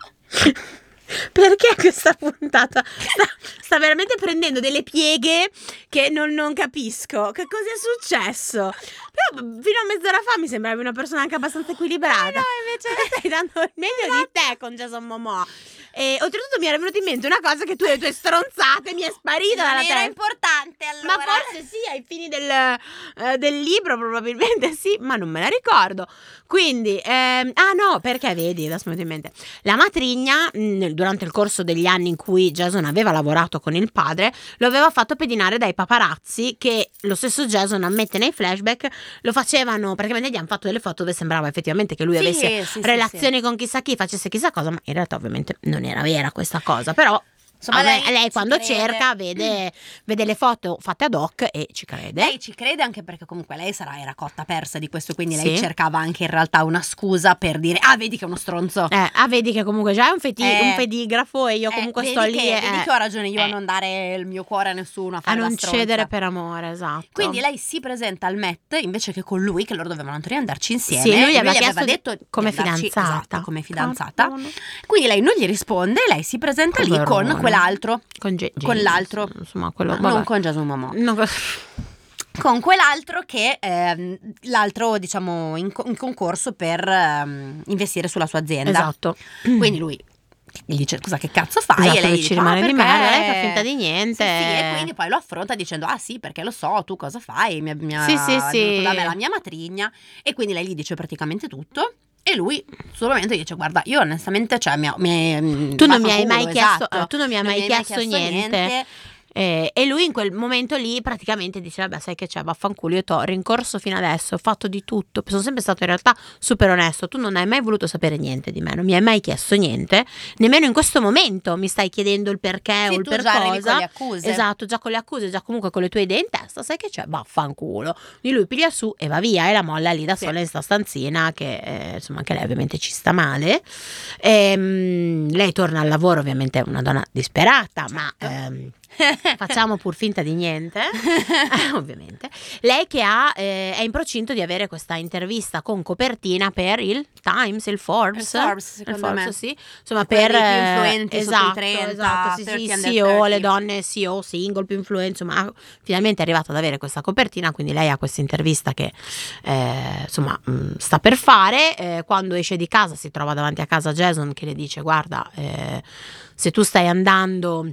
S3: Perché questa puntata sta, sta veramente prendendo delle pieghe che non, non capisco? Che cosa è successo? Però fino a mezz'ora fa mi sembravi una persona anche abbastanza equilibrata.
S1: Eh, no, invece-
S3: stai dando il meglio di te con Jason Momoa. E oltretutto mi era venuta in mente una cosa che tu e le tue stronzate mi è sparita
S1: Non
S3: dalla
S1: era
S3: testa.
S1: importante. pesante allora.
S3: Ma forse sì, ai fini del, eh, del libro probabilmente sì, ma non me la ricordo. Quindi, ehm, ah no, perché vedi, adesso mi è venuto in mente, la matrigna mh, nel- durante il corso degli anni in cui Jason aveva lavorato con il padre, lo aveva fatto pedinare dai paparazzi che lo stesso Jason ammette nei flashback, lo facevano, praticamente gli hanno fatto delle foto dove sembrava effettivamente che lui
S1: Sì,
S3: avesse
S1: sì, sì, sì.
S3: relazioni con chissà chi, facesse chissà cosa, ma in realtà ovviamente non era vera questa cosa, però
S1: Insomma,
S3: a me- lei,
S1: ci
S3: quando
S1: crede. Mm.
S3: cerca vede, vede le foto fatte ad hoc e ci crede.
S1: Lei ci crede anche perché comunque lei sarà era cotta persa di questo, quindi lei
S3: Sì.
S1: cercava anche in realtà una scusa per dire "Ah, vedi che è uno stronzo".
S3: Eh, ah, vedi che comunque già è un, feti-
S1: Eh.
S3: un pedigrafo e io
S1: Eh,
S3: comunque
S1: vedi
S3: sto lì
S1: che-
S3: e-
S1: vedi
S3: eh,
S1: che ho ragione io a
S3: eh.
S1: non dare il mio cuore a nessuno, a,
S3: a
S1: fare la
S3: non
S1: stronza.
S3: cedere per amore, esatto.
S1: Quindi lei si presenta al Met invece che con lui, che loro dovevano tornare andarci insieme.
S3: Sì, lui
S1: e
S3: aveva
S1: gli
S3: chiesto di-
S1: detto di
S3: come
S1: andarci-
S3: fidanzata. Ah.
S1: esatto, come fidanzata.
S3: Cavolo.
S1: Quindi lei non gli risponde, lei si presenta lì con
S3: Poverone.
S1: quell'altro,
S3: Con, Ge-
S1: con
S3: James,
S1: l'altro.
S3: Insomma, quello...
S1: non
S3: vabbè.
S1: con Jason Momoa.
S3: Non con-
S1: Con quell'altro che ehm, l'altro, diciamo, in, co- in concorso per ehm, investire sulla sua azienda.
S3: Esatto.
S1: Quindi lui gli dice "Scusa, che cazzo fai?"
S3: Esatto,
S1: e lei
S3: che
S1: gli
S3: ci
S1: dice, "Ah,
S3: rimane di
S1: perché-
S3: merda, lei fa finta di niente."
S1: Sì, sì, e quindi poi lo affronta dicendo "Ah, sì, perché lo so, tu cosa fai? Mi, mi ha
S3: Sì, sì,
S1: venuto
S3: sì.
S1: da me la mia matrigna" e quindi lei gli dice praticamente tutto. E lui solamente dice "Guarda, io onestamente cioè mi, ha- mi
S3: Tu non mi
S1: vaffanculo,
S3: hai mai chiesto...
S1: esatto.
S3: eh, Tu non mi hai
S1: Non
S3: mai chiesto niente. Eh, e lui in quel momento lì praticamente dice vabbè sai che c'è vaffanculo io ti ho rincorso fino adesso ho fatto di tutto sono sempre stato in realtà super onesto tu non hai mai voluto sapere niente di me non mi hai mai chiesto niente nemmeno in questo momento mi stai chiedendo il perché
S1: Sì,
S3: o il
S1: tu
S3: per
S1: già arrivi con
S3: cosa
S1: le accuse.
S3: esatto già con le accuse già comunque con le tue idee in testa sai che c'è vaffanculo quindi lui piglia su e va via e la molla lì da
S1: Sì.
S3: sola in sta stanzina che eh, insomma anche lei ovviamente ci sta male Ehm, lei torna al lavoro ovviamente è una donna disperata ma
S1: Certo.
S3: ehm, facciamo pur finta di niente, eh, ovviamente. Lei che ha, eh, è in procinto di avere questa intervista con copertina per il Times, il
S1: Il
S3: Forbes.
S1: Forbes,
S3: Il
S1: secondo
S3: Forbes,
S1: me.
S3: sì. Insomma,
S1: Quelli
S3: per
S1: più
S3: eh,
S1: influenti sotto i
S3: esatto,
S1: 30,
S3: esatto, sì, sì,
S1: 30 under
S3: CEO,
S1: 30.
S3: le donne CEO, single, più influenze, insomma, ha- finalmente è arrivata ad avere questa copertina, quindi lei ha questa intervista che eh, insomma mh, sta per fare. Eh, quando esce di casa si trova davanti a casa Jason che le dice: Guarda, eh, se tu stai andando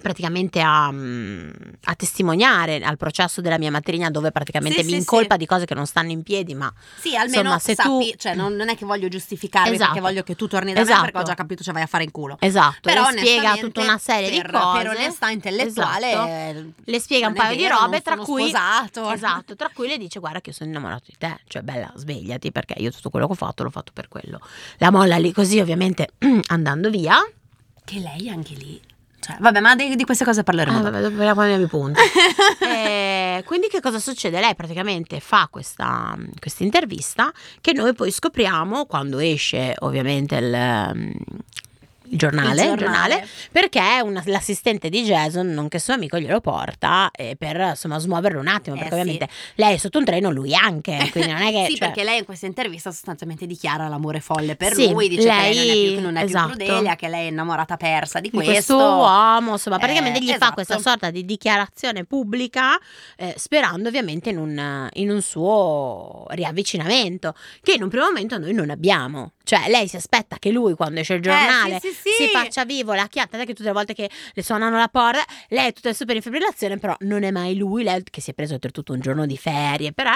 S3: praticamente a, mh, a testimoniare al processo della mia matrigna dove praticamente
S1: Sì,
S3: mi
S1: sì,
S3: incolpa
S1: sì.
S3: di cose che non stanno in piedi ma
S1: Sì, almeno
S3: Insomma, se
S1: sappi,
S3: tu-
S1: cioè non, non è che voglio giustificarmi perché
S3: Esatto.
S1: voglio che tu torni da me
S3: Esatto.
S1: perché ho già capito ci vai a fare in culo.
S3: esatto
S1: Però
S3: le spiega
S1: onestamente,
S3: tutta una serie
S1: per-
S3: di cose
S1: Per onestà intellettuale
S3: Esatto.
S1: eh,
S3: le spiega un
S1: non è
S3: paio di
S1: vero,
S3: robe
S1: non
S3: tra
S1: sono
S3: cui
S1: sposato.
S3: Esatto, tra cui le dice guarda che io sono innamorato di te, cioè bella svegliati perché io tutto quello che ho fatto l'ho fatto per quello. La molla lì così ovviamente andando via.
S1: Che lei anche lì. Cioè, vabbè, ma di, di queste cose parleremo.
S3: Ah,
S1: dopo.
S3: vabbè, dopo vediamo i miei punti. Eh, quindi che cosa succede? Lei praticamente fa questa questa intervista che noi poi scopriamo quando esce ovviamente il, ehm, il giornale, il giornale, perché una- l'assistente di Jason, nonché suo amico, glielo porta eh, per insomma smuoverlo un attimo,
S1: Eh,
S3: perché
S1: sì.
S3: ovviamente lei è sotto un treno, lui anche, quindi non è che...
S1: Eh, sì,
S3: cioè-
S1: perché lei in questa intervista sostanzialmente dichiara l'amore folle per
S3: Sì,
S1: lui, dice che lei non è
S3: lei-
S1: più, non è più
S3: esatto.
S1: Crudelia, che lei è innamorata persa di
S3: di
S1: questo.
S3: questo uomo, insomma, praticamente
S1: Eh,
S3: gli
S1: esatto.
S3: fa questa sorta di dichiarazione pubblica, eh, sperando ovviamente in un, in un suo riavvicinamento, che in un primo momento noi non abbiamo. Cioè, lei si aspetta che lui, quando esce il
S1: Eh, sì,
S3: giornale,
S1: sì, sì.
S3: si faccia vivo la chiatta, che tutte le volte che le suonano la porta, lei è tutta super in fibrillazione, però non è mai lui, lei che si è preso oltretutto un giorno di ferie, però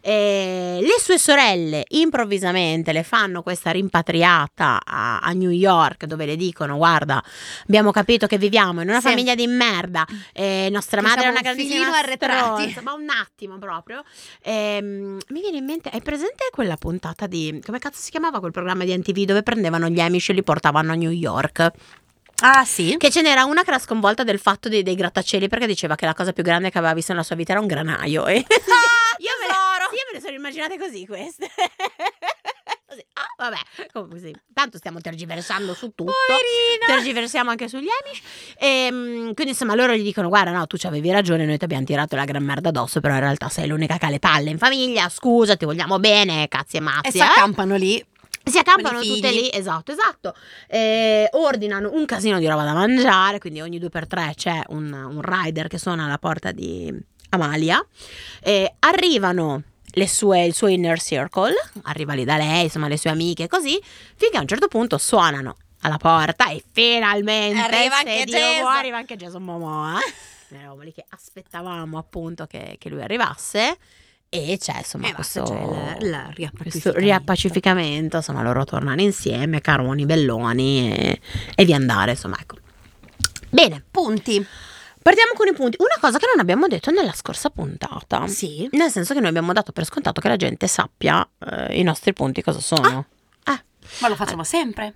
S3: eh, le sue sorelle improvvisamente le fanno questa rimpatriata a, a New York dove le dicono guarda abbiamo capito che viviamo in una
S1: Sì.
S3: famiglia di merda, eh, nostra
S1: Che
S3: madre è
S1: siamo
S3: una
S1: un
S3: grandissima
S1: filino arretrati."
S3: stronza, ma un attimo proprio, Ehm, mi viene in mente, hai presente quella puntata di, come cazzo si chiamava quel programma di NTV dove prendevano gli amici e li portavano a New York?
S1: Ah, sì?
S3: Che ce n'era una che era sconvolta del fatto dei, dei grattacieli perché diceva che la cosa più grande che aveva visto nella sua vita era un granaio. E Ah, io, me le,
S1: Ah, tesoro!
S3: sì, io me le sono immaginate così queste. Così. Ah, vabbè, comunque sì. Tanto stiamo tergiversando su tutto.
S1: Poverina!
S3: Tergiversiamo anche sugli Amish. Ehm, quindi insomma loro gli dicono guarda no tu ci avevi ragione noi ti abbiamo tirato la gran merda addosso però in realtà sei l'unica che ha le palle in famiglia scusa ti vogliamo bene cazzi e mazzi
S1: E si
S3: eh?"
S1: accampano lì.
S3: Si accampano
S1: Con i figli.
S3: tutte lì, esatto, esatto. Eh, ordinano un casino di roba da mangiare, quindi ogni due per tre c'è un, un rider che suona alla porta di Amalia. Eh, arrivano le sue, il suo inner circle, arriva lì da lei, insomma le sue amiche, così, finché a un certo punto suonano alla porta e finalmente
S1: Arriva
S3: se
S1: anche
S3: Dio
S1: Jason.
S3: vuole, arriva anche Jason Momoa. le robe lì che aspettavamo appunto che, che lui arrivasse e c'è insomma
S1: E
S3: questo,
S1: basta, c'è il- il
S3: questo
S1: riappacificamento.
S3: riappacificamento, insomma loro tornano insieme, caroni, belloni e, e via andare, insomma ecco. Bene,
S1: Punti.
S3: partiamo con i punti. Una cosa che non abbiamo detto nella scorsa puntata.
S1: Sì.
S3: Nel senso che noi abbiamo dato per scontato che la gente sappia eh, i nostri punti cosa sono. Eh.
S1: Ma lo facciamo sempre.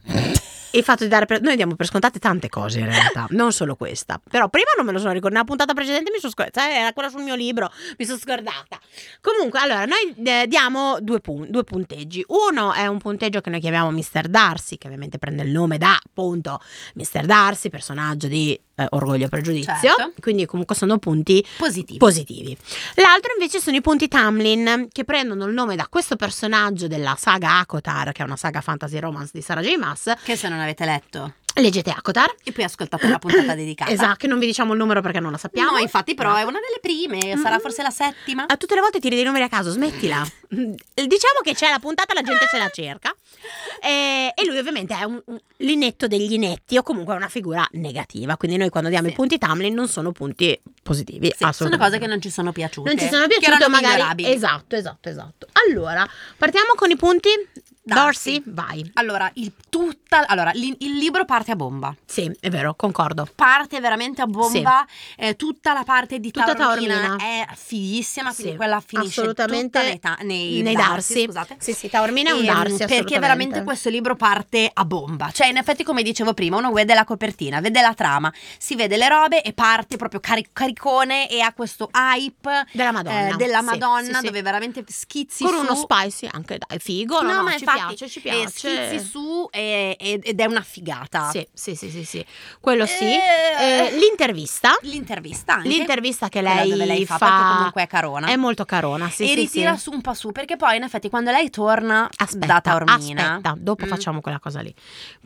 S3: E il fatto di dare per... Noi diamo per scontate tante cose in realtà, non solo questa. Però prima non me lo sono ricordata, nella puntata precedente mi sono scordata, eh, era quella sul mio libro, mi sono scordata. Comunque, allora, noi eh, diamo due, pun- due punteggi. Uno è un punteggio che noi chiamiamo Mr. Darcy, che ovviamente prende il nome da, appunto, Mr. Darcy, personaggio di eh, Orgoglio e Pregiudizio.
S1: Certo.
S3: Quindi comunque sono punti
S1: Positivo.
S3: positivi. L'altro invece sono i punti Tamlin che prendono il nome da questo personaggio della saga Akotar, che è una saga fantasy romance di Sarah J. Maas.
S1: che se non avete letto.
S3: Leggete Akotar.
S1: E poi ascoltate la puntata dedicata.
S3: Esatto, che non vi diciamo il numero perché non la sappiamo.
S1: No, infatti, però eh. è una delle prime.
S3: Mm-hmm.
S1: Sarà forse la settima.
S3: A tutte le volte tiri dei numeri a caso, smettila. diciamo che c'è la puntata, la gente se la cerca. E, e lui ovviamente è un, un- l'inetto degli inetti o comunque è una figura negativa. Quindi noi quando diamo
S1: Sì.
S3: i punti Tamlin non sono punti positivi.
S1: Sì, sono
S3: assolutamente.
S1: cose che non ci sono piaciute.
S3: Ah, non ci sono
S1: che
S3: piaciute
S1: erano
S3: magari.
S1: migliorabili.
S3: Esatto, esatto, esatto. Allora, partiamo con i punti. Darcy,
S1: Darcy.
S3: vai.
S1: Allora, il, tutta, allora li- il libro parte a bomba.
S3: Sì, è vero, concordo.
S1: parte veramente a bomba eh, tutta la parte di
S3: Tutta
S1: Taormina
S3: Taormina.
S1: è fighissima quindi
S3: Sì,
S1: quella finisce
S3: assolutamente
S1: tutta nei, ta- nei,
S3: nei
S1: darsi,
S3: Darcy.
S1: scusate
S3: Sì, sì, Taormina è un
S1: Ehm,
S3: Darcy,
S1: perché
S3: assolutamente.
S1: veramente questo libro parte a bomba cioè in effetti come dicevo prima uno vede la copertina vede la trama si vede le robe e parte proprio cari- caricone e ha questo hype
S3: Della
S1: eh,
S3: Madonna.
S1: della
S3: Sì,
S1: Madonna
S3: sì, sì.
S1: dove veramente schizzi
S3: con
S1: su
S3: uno spicy anche dai figo no,
S1: No,
S3: no,
S1: ma
S3: ci
S1: infatti,
S3: piace ci
S1: eh,
S3: piace
S1: schizzi su e- e- ed è una figata
S3: sì, sì sì sì sì quello sì
S1: Ah. Eh,
S3: Eh, l'intervista
S1: l'intervista anche
S3: l'intervista che
S1: Quella
S3: lei,
S1: dove lei fa,
S3: fa,
S1: perché comunque è carona.
S3: è molto carona sì,
S1: e
S3: sì,
S1: ritira
S3: sì.
S1: su un po' su perché poi in effetti quando lei torna
S3: Aspetta,
S1: da Taormina
S3: aspetta, dopo
S1: Mm.
S3: facciamo quella cosa lì.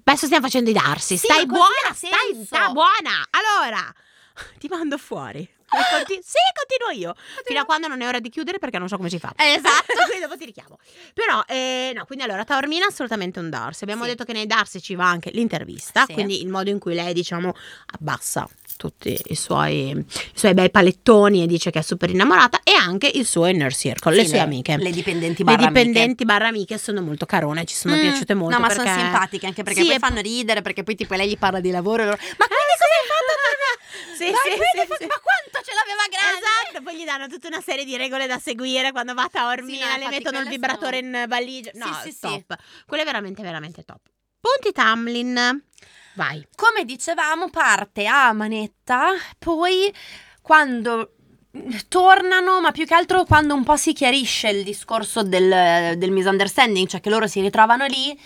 S3: Penso stiamo facendo i darsi.
S1: Sì,
S3: stai
S1: ma così
S3: buona,
S1: ha
S3: stai,
S1: senso.
S3: sta buona. Allora, ti mando fuori. E conti- sì, continuo io. Fino a quando non è ora di chiudere perché non so come si fa.
S1: Esatto.
S3: quindi dopo ti richiamo. Però, eh, no, quindi allora, Taormina è assolutamente un darsi. Abbiamo
S1: Sì.
S3: detto che nei darsi ci va anche l'intervista,
S1: Sì.
S3: quindi il modo in cui lei, diciamo, abbassa tutti i suoi, i suoi bei palettoni e dice che è super innamorata e anche il suo inner circle, le
S1: Sì,
S3: sue amiche.
S1: le dipendenti
S3: Le
S1: barra amiche.
S3: dipendenti barra amiche sono molto carone, ci sono
S1: Mm.
S3: piaciute molto.
S1: no ma
S3: perché...
S1: sono simpatiche anche perché
S3: Sì,
S1: poi
S3: e-
S1: fanno ridere perché poi tipo lei gli parla di lavoro e loro, ma
S3: Ma quindi cosa hai fatto tu?
S1: Sì, sì, sì, sì.
S3: Esatto, poi gli danno tutta una serie di regole da seguire quando va a
S1: Sì, no,
S3: Taormina, le
S1: infatti
S3: mettono il
S1: quelle
S3: vibratore
S1: sono-
S3: in valigia.
S1: Sì,
S3: No,
S1: sì, sì.
S3: top. Quello è veramente, veramente top. Punti Tamlin. Vai.
S1: come dicevamo parte a manetta poi quando tornano ma più che altro quando un po' si chiarisce il discorso del, del misunderstanding cioè che loro si ritrovano lì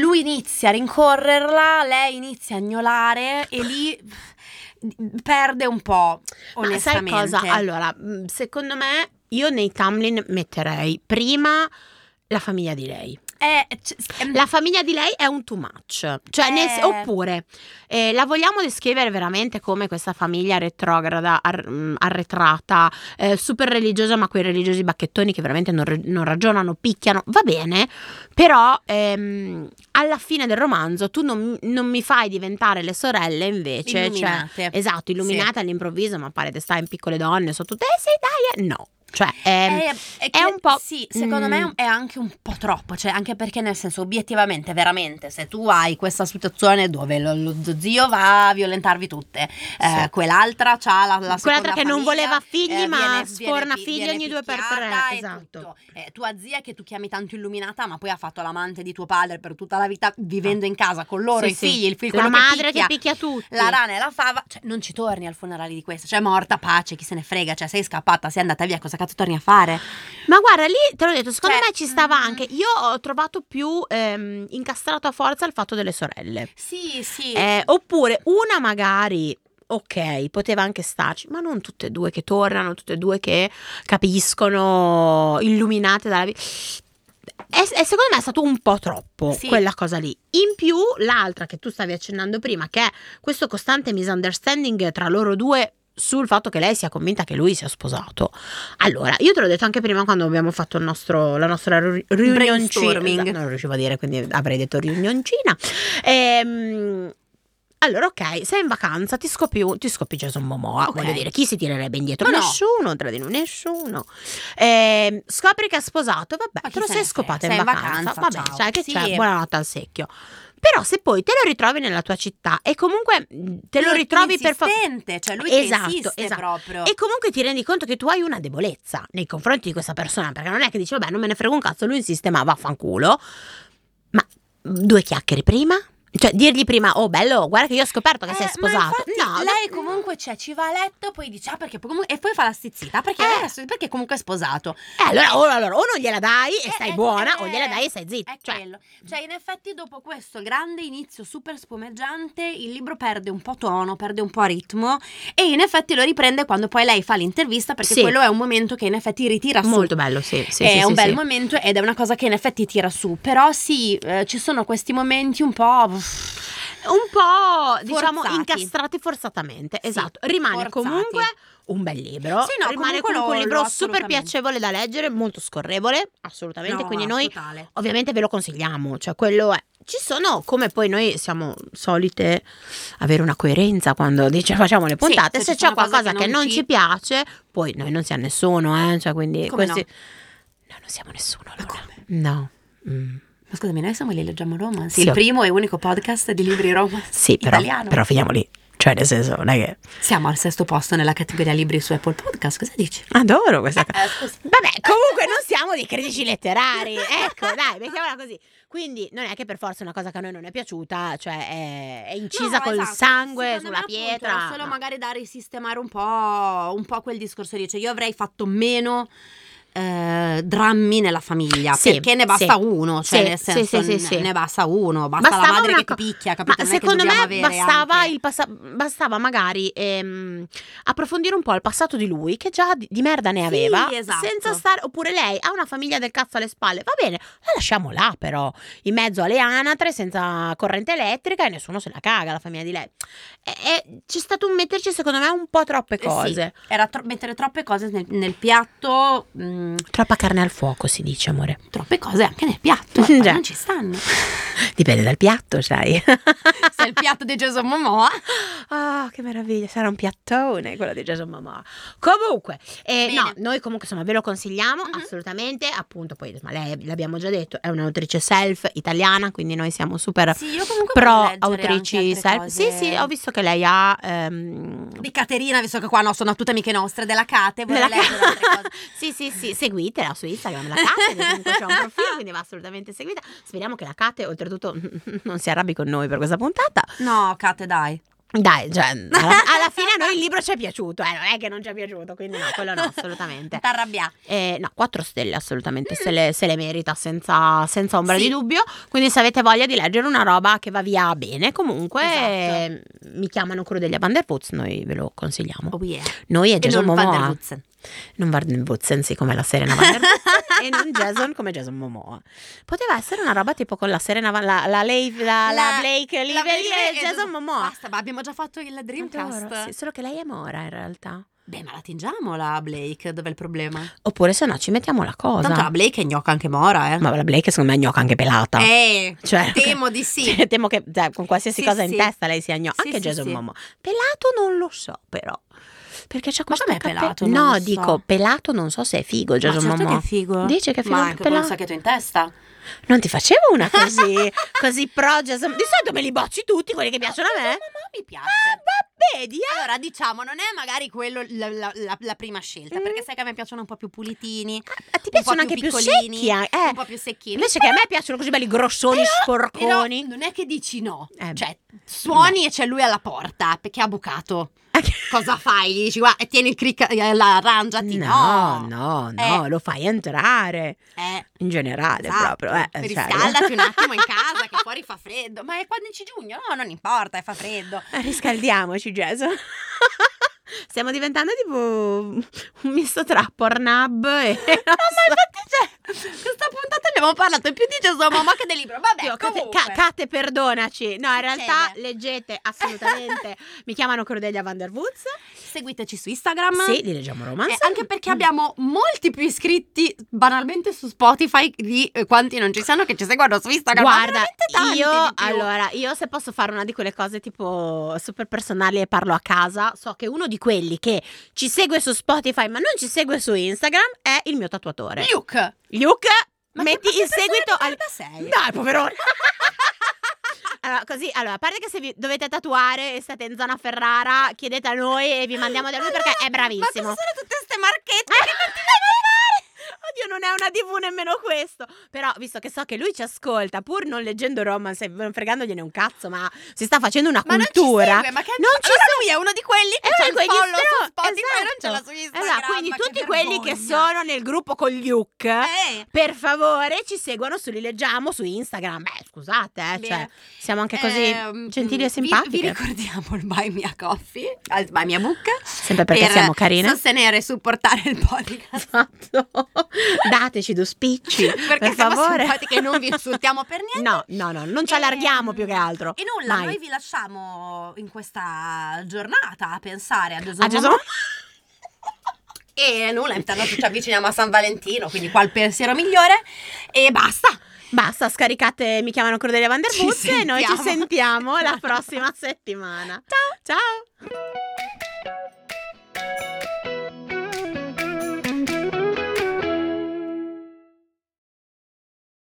S1: lui inizia a rincorrerla lei inizia a gnolare e lì perde un po'
S3: Ma sai
S1: onestamente
S3: cosa? Allora, mh, secondo me, io nei Tamlin metterei prima la famiglia di lei.
S1: Eh, c- ehm,
S3: La famiglia di lei è un too much, cioè nel se-
S1: Eh.
S3: oppure eh, la vogliamo descrivere veramente come questa famiglia retrograda, ar- mh, arretrata, eh, super religiosa, ma quei religiosi bacchettoni che veramente non, re- non ragionano, picchiano, va bene, però ehm, alla fine del romanzo tu non, mi- non mi fai diventare le sorelle invece, cioè,
S1: illuminate.
S3: esatto, illuminate all'improvviso, ma pare di stare in piccole donne, sotto te sei dai, eh, no, cioè ehm,
S1: Eh,
S3: è
S1: che-
S3: un po'-
S1: Sì, secondo
S3: mm.
S1: me è anche un po' troppo. Cioè, anche perché, nel senso, obiettivamente, veramente, se tu hai questa situazione dove lo, lo zio va a violentarvi tutte, eh,
S3: Sì.
S1: quell'altra c'ha la, la
S3: Quell'altra
S1: seconda
S3: che non
S1: famiglia,
S3: voleva figli,
S1: eh,
S3: ma
S1: viene-
S3: sforna
S1: pi-
S3: figli
S1: viene
S3: ogni due per tre,
S1: picchiata e
S3: esatto.
S1: tutto. Eh, tua zia, che tu chiami tanto illuminata, ma poi ha fatto l'amante di tuo padre per tutta la vita, vivendo in casa con loro,
S3: Ah. Sì,
S1: i
S3: sì.
S1: figli, il figlio
S3: la
S1: quello
S3: madre
S1: picchia,
S3: che picchia tutti.
S1: la rana e la fava, cioè non ci torni al funerale di questa, cioè morta pace, chi se ne frega, cioè sei scappata, sei andata via, cosa cazzo torni a fare?
S3: Ma guarda, lì te l'ho detto, secondo
S1: Cioè,
S3: me ci stava
S1: mm.
S3: anche. Io ho trovato più ehm, incastrato a forza il fatto delle sorelle.
S1: Sì, sì.
S3: Eh, oppure una magari. Ok, poteva anche starci, ma non tutte e due che tornano, tutte e due che capiscono, illuminate dalla vita. È, è secondo me è stato un po' troppo
S1: Sì.
S3: quella cosa lì. In più, l'altra che tu stavi accennando prima, che è questo costante misunderstanding tra loro due sul fatto che lei sia convinta che lui sia sposato. Allora, io te l'ho detto anche prima quando abbiamo fatto il nostro, la nostra ru- riunioncina.
S1: Brainstorming.
S3: Esatto, Non riuscivo a dire, quindi avrei detto riunioncina. Ehm, Allora, ok, sei in vacanza, ti scopi, un- ti scopi Jason Momoa.
S1: Ok.
S3: Voglio dire, chi si tirerebbe indietro?
S1: Ma no.
S3: nessuno, tra di noi, nessuno. Ehm, scopri che ha sposato, vabbè,
S1: Ma chi
S3: te lo
S1: se
S3: sei
S1: ne
S3: scopata
S1: frega,
S3: in
S1: sei in
S3: vacanza.
S1: vacanza,
S3: vabbè,
S1: ciao.
S3: sai che
S1: Sì.
S3: c'è, buonanotte al secchio. Però se poi te lo ritrovi nella tua città e comunque mh, te lo ritrovi per favore.
S1: insistente, cioè lui
S3: Esatto,
S1: che insiste
S3: esatto.
S1: proprio.
S3: E comunque ti rendi conto che tu hai una debolezza nei confronti di questa persona, perché non è che dici, vabbè, non me ne frega un cazzo, lui insiste, ma vaffanculo. Ma due chiacchiere prima? Cioè, dirgli prima, oh bello, guarda che io ho scoperto che
S1: Eh,
S3: sei
S1: ma
S3: sposato.
S1: infatti
S3: No,
S1: lei comunque cioè, ci va a letto, poi dice ah perché poi comunque- e poi fa la stizzita perché,
S3: Eh.
S1: adesso- perché comunque è sposato.
S3: Eh, allora, o, allora, o non gliela dai e
S1: Eh,
S3: stai
S1: eh,
S3: buona,
S1: eh,
S3: o gliela dai e stai zitta.
S1: È
S3: Cioè,
S1: quello. Cioè, in effetti, dopo questo grande inizio super spumeggiante, il libro perde un po' tono, perde un po' ritmo. E in effetti lo riprende quando poi lei fa l'intervista, perché
S3: Sì.
S1: quello è un momento che in effetti ritira su.
S3: molto bello, sì. sì
S1: è
S3: sì,
S1: un
S3: sì,
S1: bel
S3: sì.
S1: momento ed è una cosa che in effetti tira su. Però sì, eh, ci sono questi momenti un po'.
S3: un po' diciamo
S1: eh. Forzati.
S3: incastrati forzatamente
S1: Sì,
S3: esatto rimane
S1: forzati.
S3: comunque un bel libro
S1: Sì, no,
S3: rimane
S1: comunque
S3: comunque, un
S1: lo-
S3: libro
S1: lo-
S3: super
S1: assolutamente.
S3: piacevole da leggere molto scorrevole assolutamente
S1: No,
S3: quindi noi
S1: totale.
S3: ovviamente ve lo consigliamo cioè quello è ci sono come poi noi siamo solite avere una coerenza quando dice facciamo le puntate
S1: se
S3: se,
S1: ci
S3: c'è
S1: sono cose
S3: qualcosa che non ci... piace poi noi non siamo nessuno eh cioè quindi
S1: Come
S3: questi no? non siamo nessuno allora.
S1: come?
S3: no Mm.
S1: Ma scusami, noi siamo lì leggiamo romance,
S3: Sì.
S1: il primo e unico podcast di libri romance
S3: sì però,
S1: italiano.
S3: però finiamo lì cioè nel senso non è che
S1: Siamo al sesto posto nella categoria libri su Apple Podcast, cosa dici?
S3: Adoro questa cosa.
S1: Eh, scusa.
S3: Vabbè, comunque non siamo dei critici letterari. Ecco, dai, mettiamola così. Quindi non è che per forza una cosa che a noi non è piaciuta, cioè è, è incisa
S1: No,
S3: col
S1: esatto.
S3: sangue
S1: Secondo
S3: sulla
S1: me, appunto,
S3: pietra.
S1: era solo
S3: no.
S1: magari da risistemare un po', un po' quel discorso lì. Cioè, io avrei fatto meno. eh, drammi nella famiglia
S3: Sì,
S1: perché ne basta
S3: sì.
S1: uno cioè
S3: Sì,
S1: nel
S3: sì,
S1: senso
S3: sì, sì,
S1: ne-
S3: sì.
S1: ne basta uno basta
S3: Bastava
S1: la madre
S3: una
S1: che ti
S3: co-
S1: picchia Eh, capito
S3: Ma
S1: Non è che
S3: secondo
S1: dobbiamo
S3: me
S1: avere
S3: bastava,
S1: anche-
S3: il passa- bastava magari ehm, approfondire un po' il passato di lui, che già di, di merda ne
S1: Sì,
S3: aveva,
S1: esatto.
S3: senza stare. Oppure lei ha una famiglia del cazzo alle spalle. Va bene, la lasciamo là, però, in mezzo alle anatre, senza corrente elettrica, e nessuno se la caga la famiglia di lei. E, e c'è stato un metterci, secondo me, un po' troppe
S1: Eh sì,
S3: cose.
S1: era tro- mettere troppe cose nel, nel piatto mh,
S3: Troppa carne al fuoco, si dice, amore.
S1: troppe cose anche nel piatto eh,
S3: Già.
S1: poi non ci stanno
S3: Dipende dal piatto, sai.
S1: se il piatto di Gesù Momoa
S3: Ah, che meraviglia, sarà un piattone quello di Jason Momoa. Comunque, eh,
S1: Bene.
S3: no, noi comunque insomma ve lo consigliamo
S1: Mhm.
S3: assolutamente, appunto, poi insomma, lei l'abbiamo già detto, è una autrice self italiana, quindi noi siamo super
S1: sì io comunque voglio
S3: pro
S1: leggere anche
S3: autrici
S1: altre
S3: self. Sì,
S1: cose.
S3: sì, ho visto che lei ha ehm,
S1: di Caterina, visto che qua no, sono tutte amiche nostre della Cate, vorrei
S3: della-
S1: leggere altre cose.
S3: sì, sì, sì, seguitela su Instagram, la Cate, che comunque c'è un profilo, quindi va assolutamente seguita. Speriamo che la Cate oltretutto non si arrabbi con noi per questa puntata.
S1: No, Cate, dai.
S3: Dai, cioè, alla, alla fine a noi il libro ci è piaciuto, eh, non è che non ci è piaciuto, quindi no, quello no, assolutamente.
S1: T'arrabbiate.
S3: Eh, no, 4 stelle assolutamente, se le, se le merita senza, senza ombra
S1: Sì.
S3: di dubbio. Quindi se avete voglia di leggere una roba che va via bene, comunque
S1: Esatto.
S3: eh, mi chiamano Crudelia Van der Woods, noi ve lo consigliamo.
S1: Oh yeah.
S3: Noi e Jason
S1: non Van der
S3: Momoa.
S1: Woodsen.
S3: Non Van der Woodsen, sì, come la Serena Van der Woodsen, e non Jason come Jason Momoa. Poteva essere una roba tipo con la Serena, Van- la, la, Leif- la, la Blake
S1: la
S3: Lively e
S1: Blake-
S3: Jason Momoa.
S1: Basta, ma abbiamo già fatto il
S3: Adoro,
S1: Dreamcast.
S3: sì, solo che lei è mora in realtà.
S1: Beh, ma la tingiamo la Blake, dov'è il problema?
S3: Oppure se no ci mettiamo la cosa.
S1: Tanto la Blake è gnocca anche mora, eh.
S3: Ma la Blake secondo me è gnocca anche pelata.
S1: Eh,
S3: Cioè-
S1: temo di sì.
S3: Cioè, temo che cioè, con qualsiasi
S1: Sì,
S3: cosa in
S1: sì.
S3: testa lei sia gnocca.
S1: Sì,
S3: anche
S1: sì,
S3: Jason
S1: sì.
S3: Momoa. Pelato non lo so però. Perché c'è questo
S1: com'è
S3: cape-
S1: pelato? Non
S3: No,
S1: lo so.
S3: dico pelato non so se è figo
S1: Ma
S3: Jason
S1: certo che
S3: Momoa.
S1: è figo.
S3: Dice che è figo
S1: Ma
S3: anche
S1: anche con un
S3: pelato.
S1: sacchetto in testa.
S3: Non ti facevo una così, così pro Jason. Di solito me li bocci tutti quelli che piacciono a me.
S1: Jason Momoa mi piace.
S3: Ah, va vedi, eh.
S1: Allora, diciamo, non è magari quello la, la- la- la prima scelta,
S3: Mm.
S1: perché sai che a me piacciono un po' più pulitini,
S3: Ah, ti piacciono
S1: un po'
S3: anche
S1: più
S3: più
S1: piccolini,
S3: secchi, eh.
S1: un po' più secchini.
S3: Invece che a me piacciono così belli grossoni,
S1: Però
S3: sporconi.
S1: non è che dici no,
S3: Eh,
S1: cioè suoni e c'è lui alla porta perché ha bucato. Cosa fai? Gli dici guarda, tieni il cric, eh, la- arrangiati.
S3: No, no, no,
S1: Eh.
S3: lo fai entrare
S1: Eh,
S3: in generale
S1: esatto.
S3: proprio. Eh, cioè-
S1: Riscaldati un attimo in casa che fuori fa freddo. Ma è 15 giugno? No, non importa, eh, fa freddo.
S3: Riscaldiamoci, Jason. Stiamo diventando tipo un misto tra Pornhub e.
S1: No, ma infatti cioè, Questa puntata ne abbiamo parlato più di Gesù Momoa che del libro. Vabbè,
S3: Oddio, Cate,
S1: comunque.
S3: Ca- Cate, perdonaci. No, in realtà
S1: Succede.
S3: leggete assolutamente. Mi chiamano Cordelia Van der Woods.
S1: Seguiteci su Instagram.
S3: Sì, li leggiamo Mm. romance.
S1: Eh, anche perché abbiamo molti più iscritti banalmente su Spotify di eh, quanti non ci sanno che ci seguono su Instagram. ma
S3: Guarda,
S1: veramente tanti
S3: io
S1: di più.
S3: allora, io se posso fare una di quelle cose tipo super personali e parlo a casa, so che uno di quelli che ci segue su Spotify ma non ci segue su Instagram è il mio tatuatore.
S1: Luke,
S3: Luke,
S1: ma
S3: metti
S1: che- ma che
S3: in seguito
S1: persona
S3: al
S1: brutta sei?
S3: Dai, poverone. Allora, così, allora, a parte che se vi dovete tatuare e state in zona Ferrara, chiedete a noi e vi mandiamo da lui perché è bravissimo.
S1: Ma cosa sono tutte ste marchette?
S3: Ah, Oddio, non è una DV nemmeno questo. Però, visto che so che lui ci ascolta, pur non leggendo romance, non fregandogliene un cazzo, ma si sta facendo una
S1: ma non ci
S3: cultura.
S1: segue, ma che
S3: Non ci
S1: allora lui è uno di quelli che
S3: Eh,
S1: c'ha il
S3: quegli
S1: follow su
S3: stro-
S1: Spotify e non
S3: esatto.
S1: ce l'ha su Instagram.
S3: Esatto, quindi
S1: ma che
S3: tutti quelli che
S1: vergogna.
S3: sono nel gruppo con Luke.
S1: Eh,
S3: Per favore, ci seguono su Li Leggiamo su Instagram. Beh, scusate, eh, cioè,
S1: bene.
S3: siamo anche così
S1: Ehm,
S3: gentili
S1: vi-
S3: e
S1: Vi
S3: simpatiche.
S1: ricordiamo il Buy Mia Coffee, al Buy Mia Book.
S3: Sempre perché
S1: per
S3: siamo carine.
S1: Sostenere e supportare il podcast.
S3: Esatto. Dateci due spicci.
S1: Perché
S3: per
S1: siamo
S3: favore.
S1: simpatiche e non vi insultiamo per niente.
S3: No, no, no, non ci
S1: E-
S3: allarghiamo più che altro.
S1: E nulla,
S3: Mai.
S1: noi vi lasciamo in questa giornata a pensare a Gesù.
S3: A Gesù?
S1: E nulla, intanto ci avviciniamo a San Valentino, quindi qua il pensiero migliore. E basta.
S3: Basta, scaricate Mi chiamano Cordelia Van der
S1: Ci
S3: Woods e noi ci
S1: sentiamo.
S3: sentiamo la prossima settimana. Ciao. Ciao.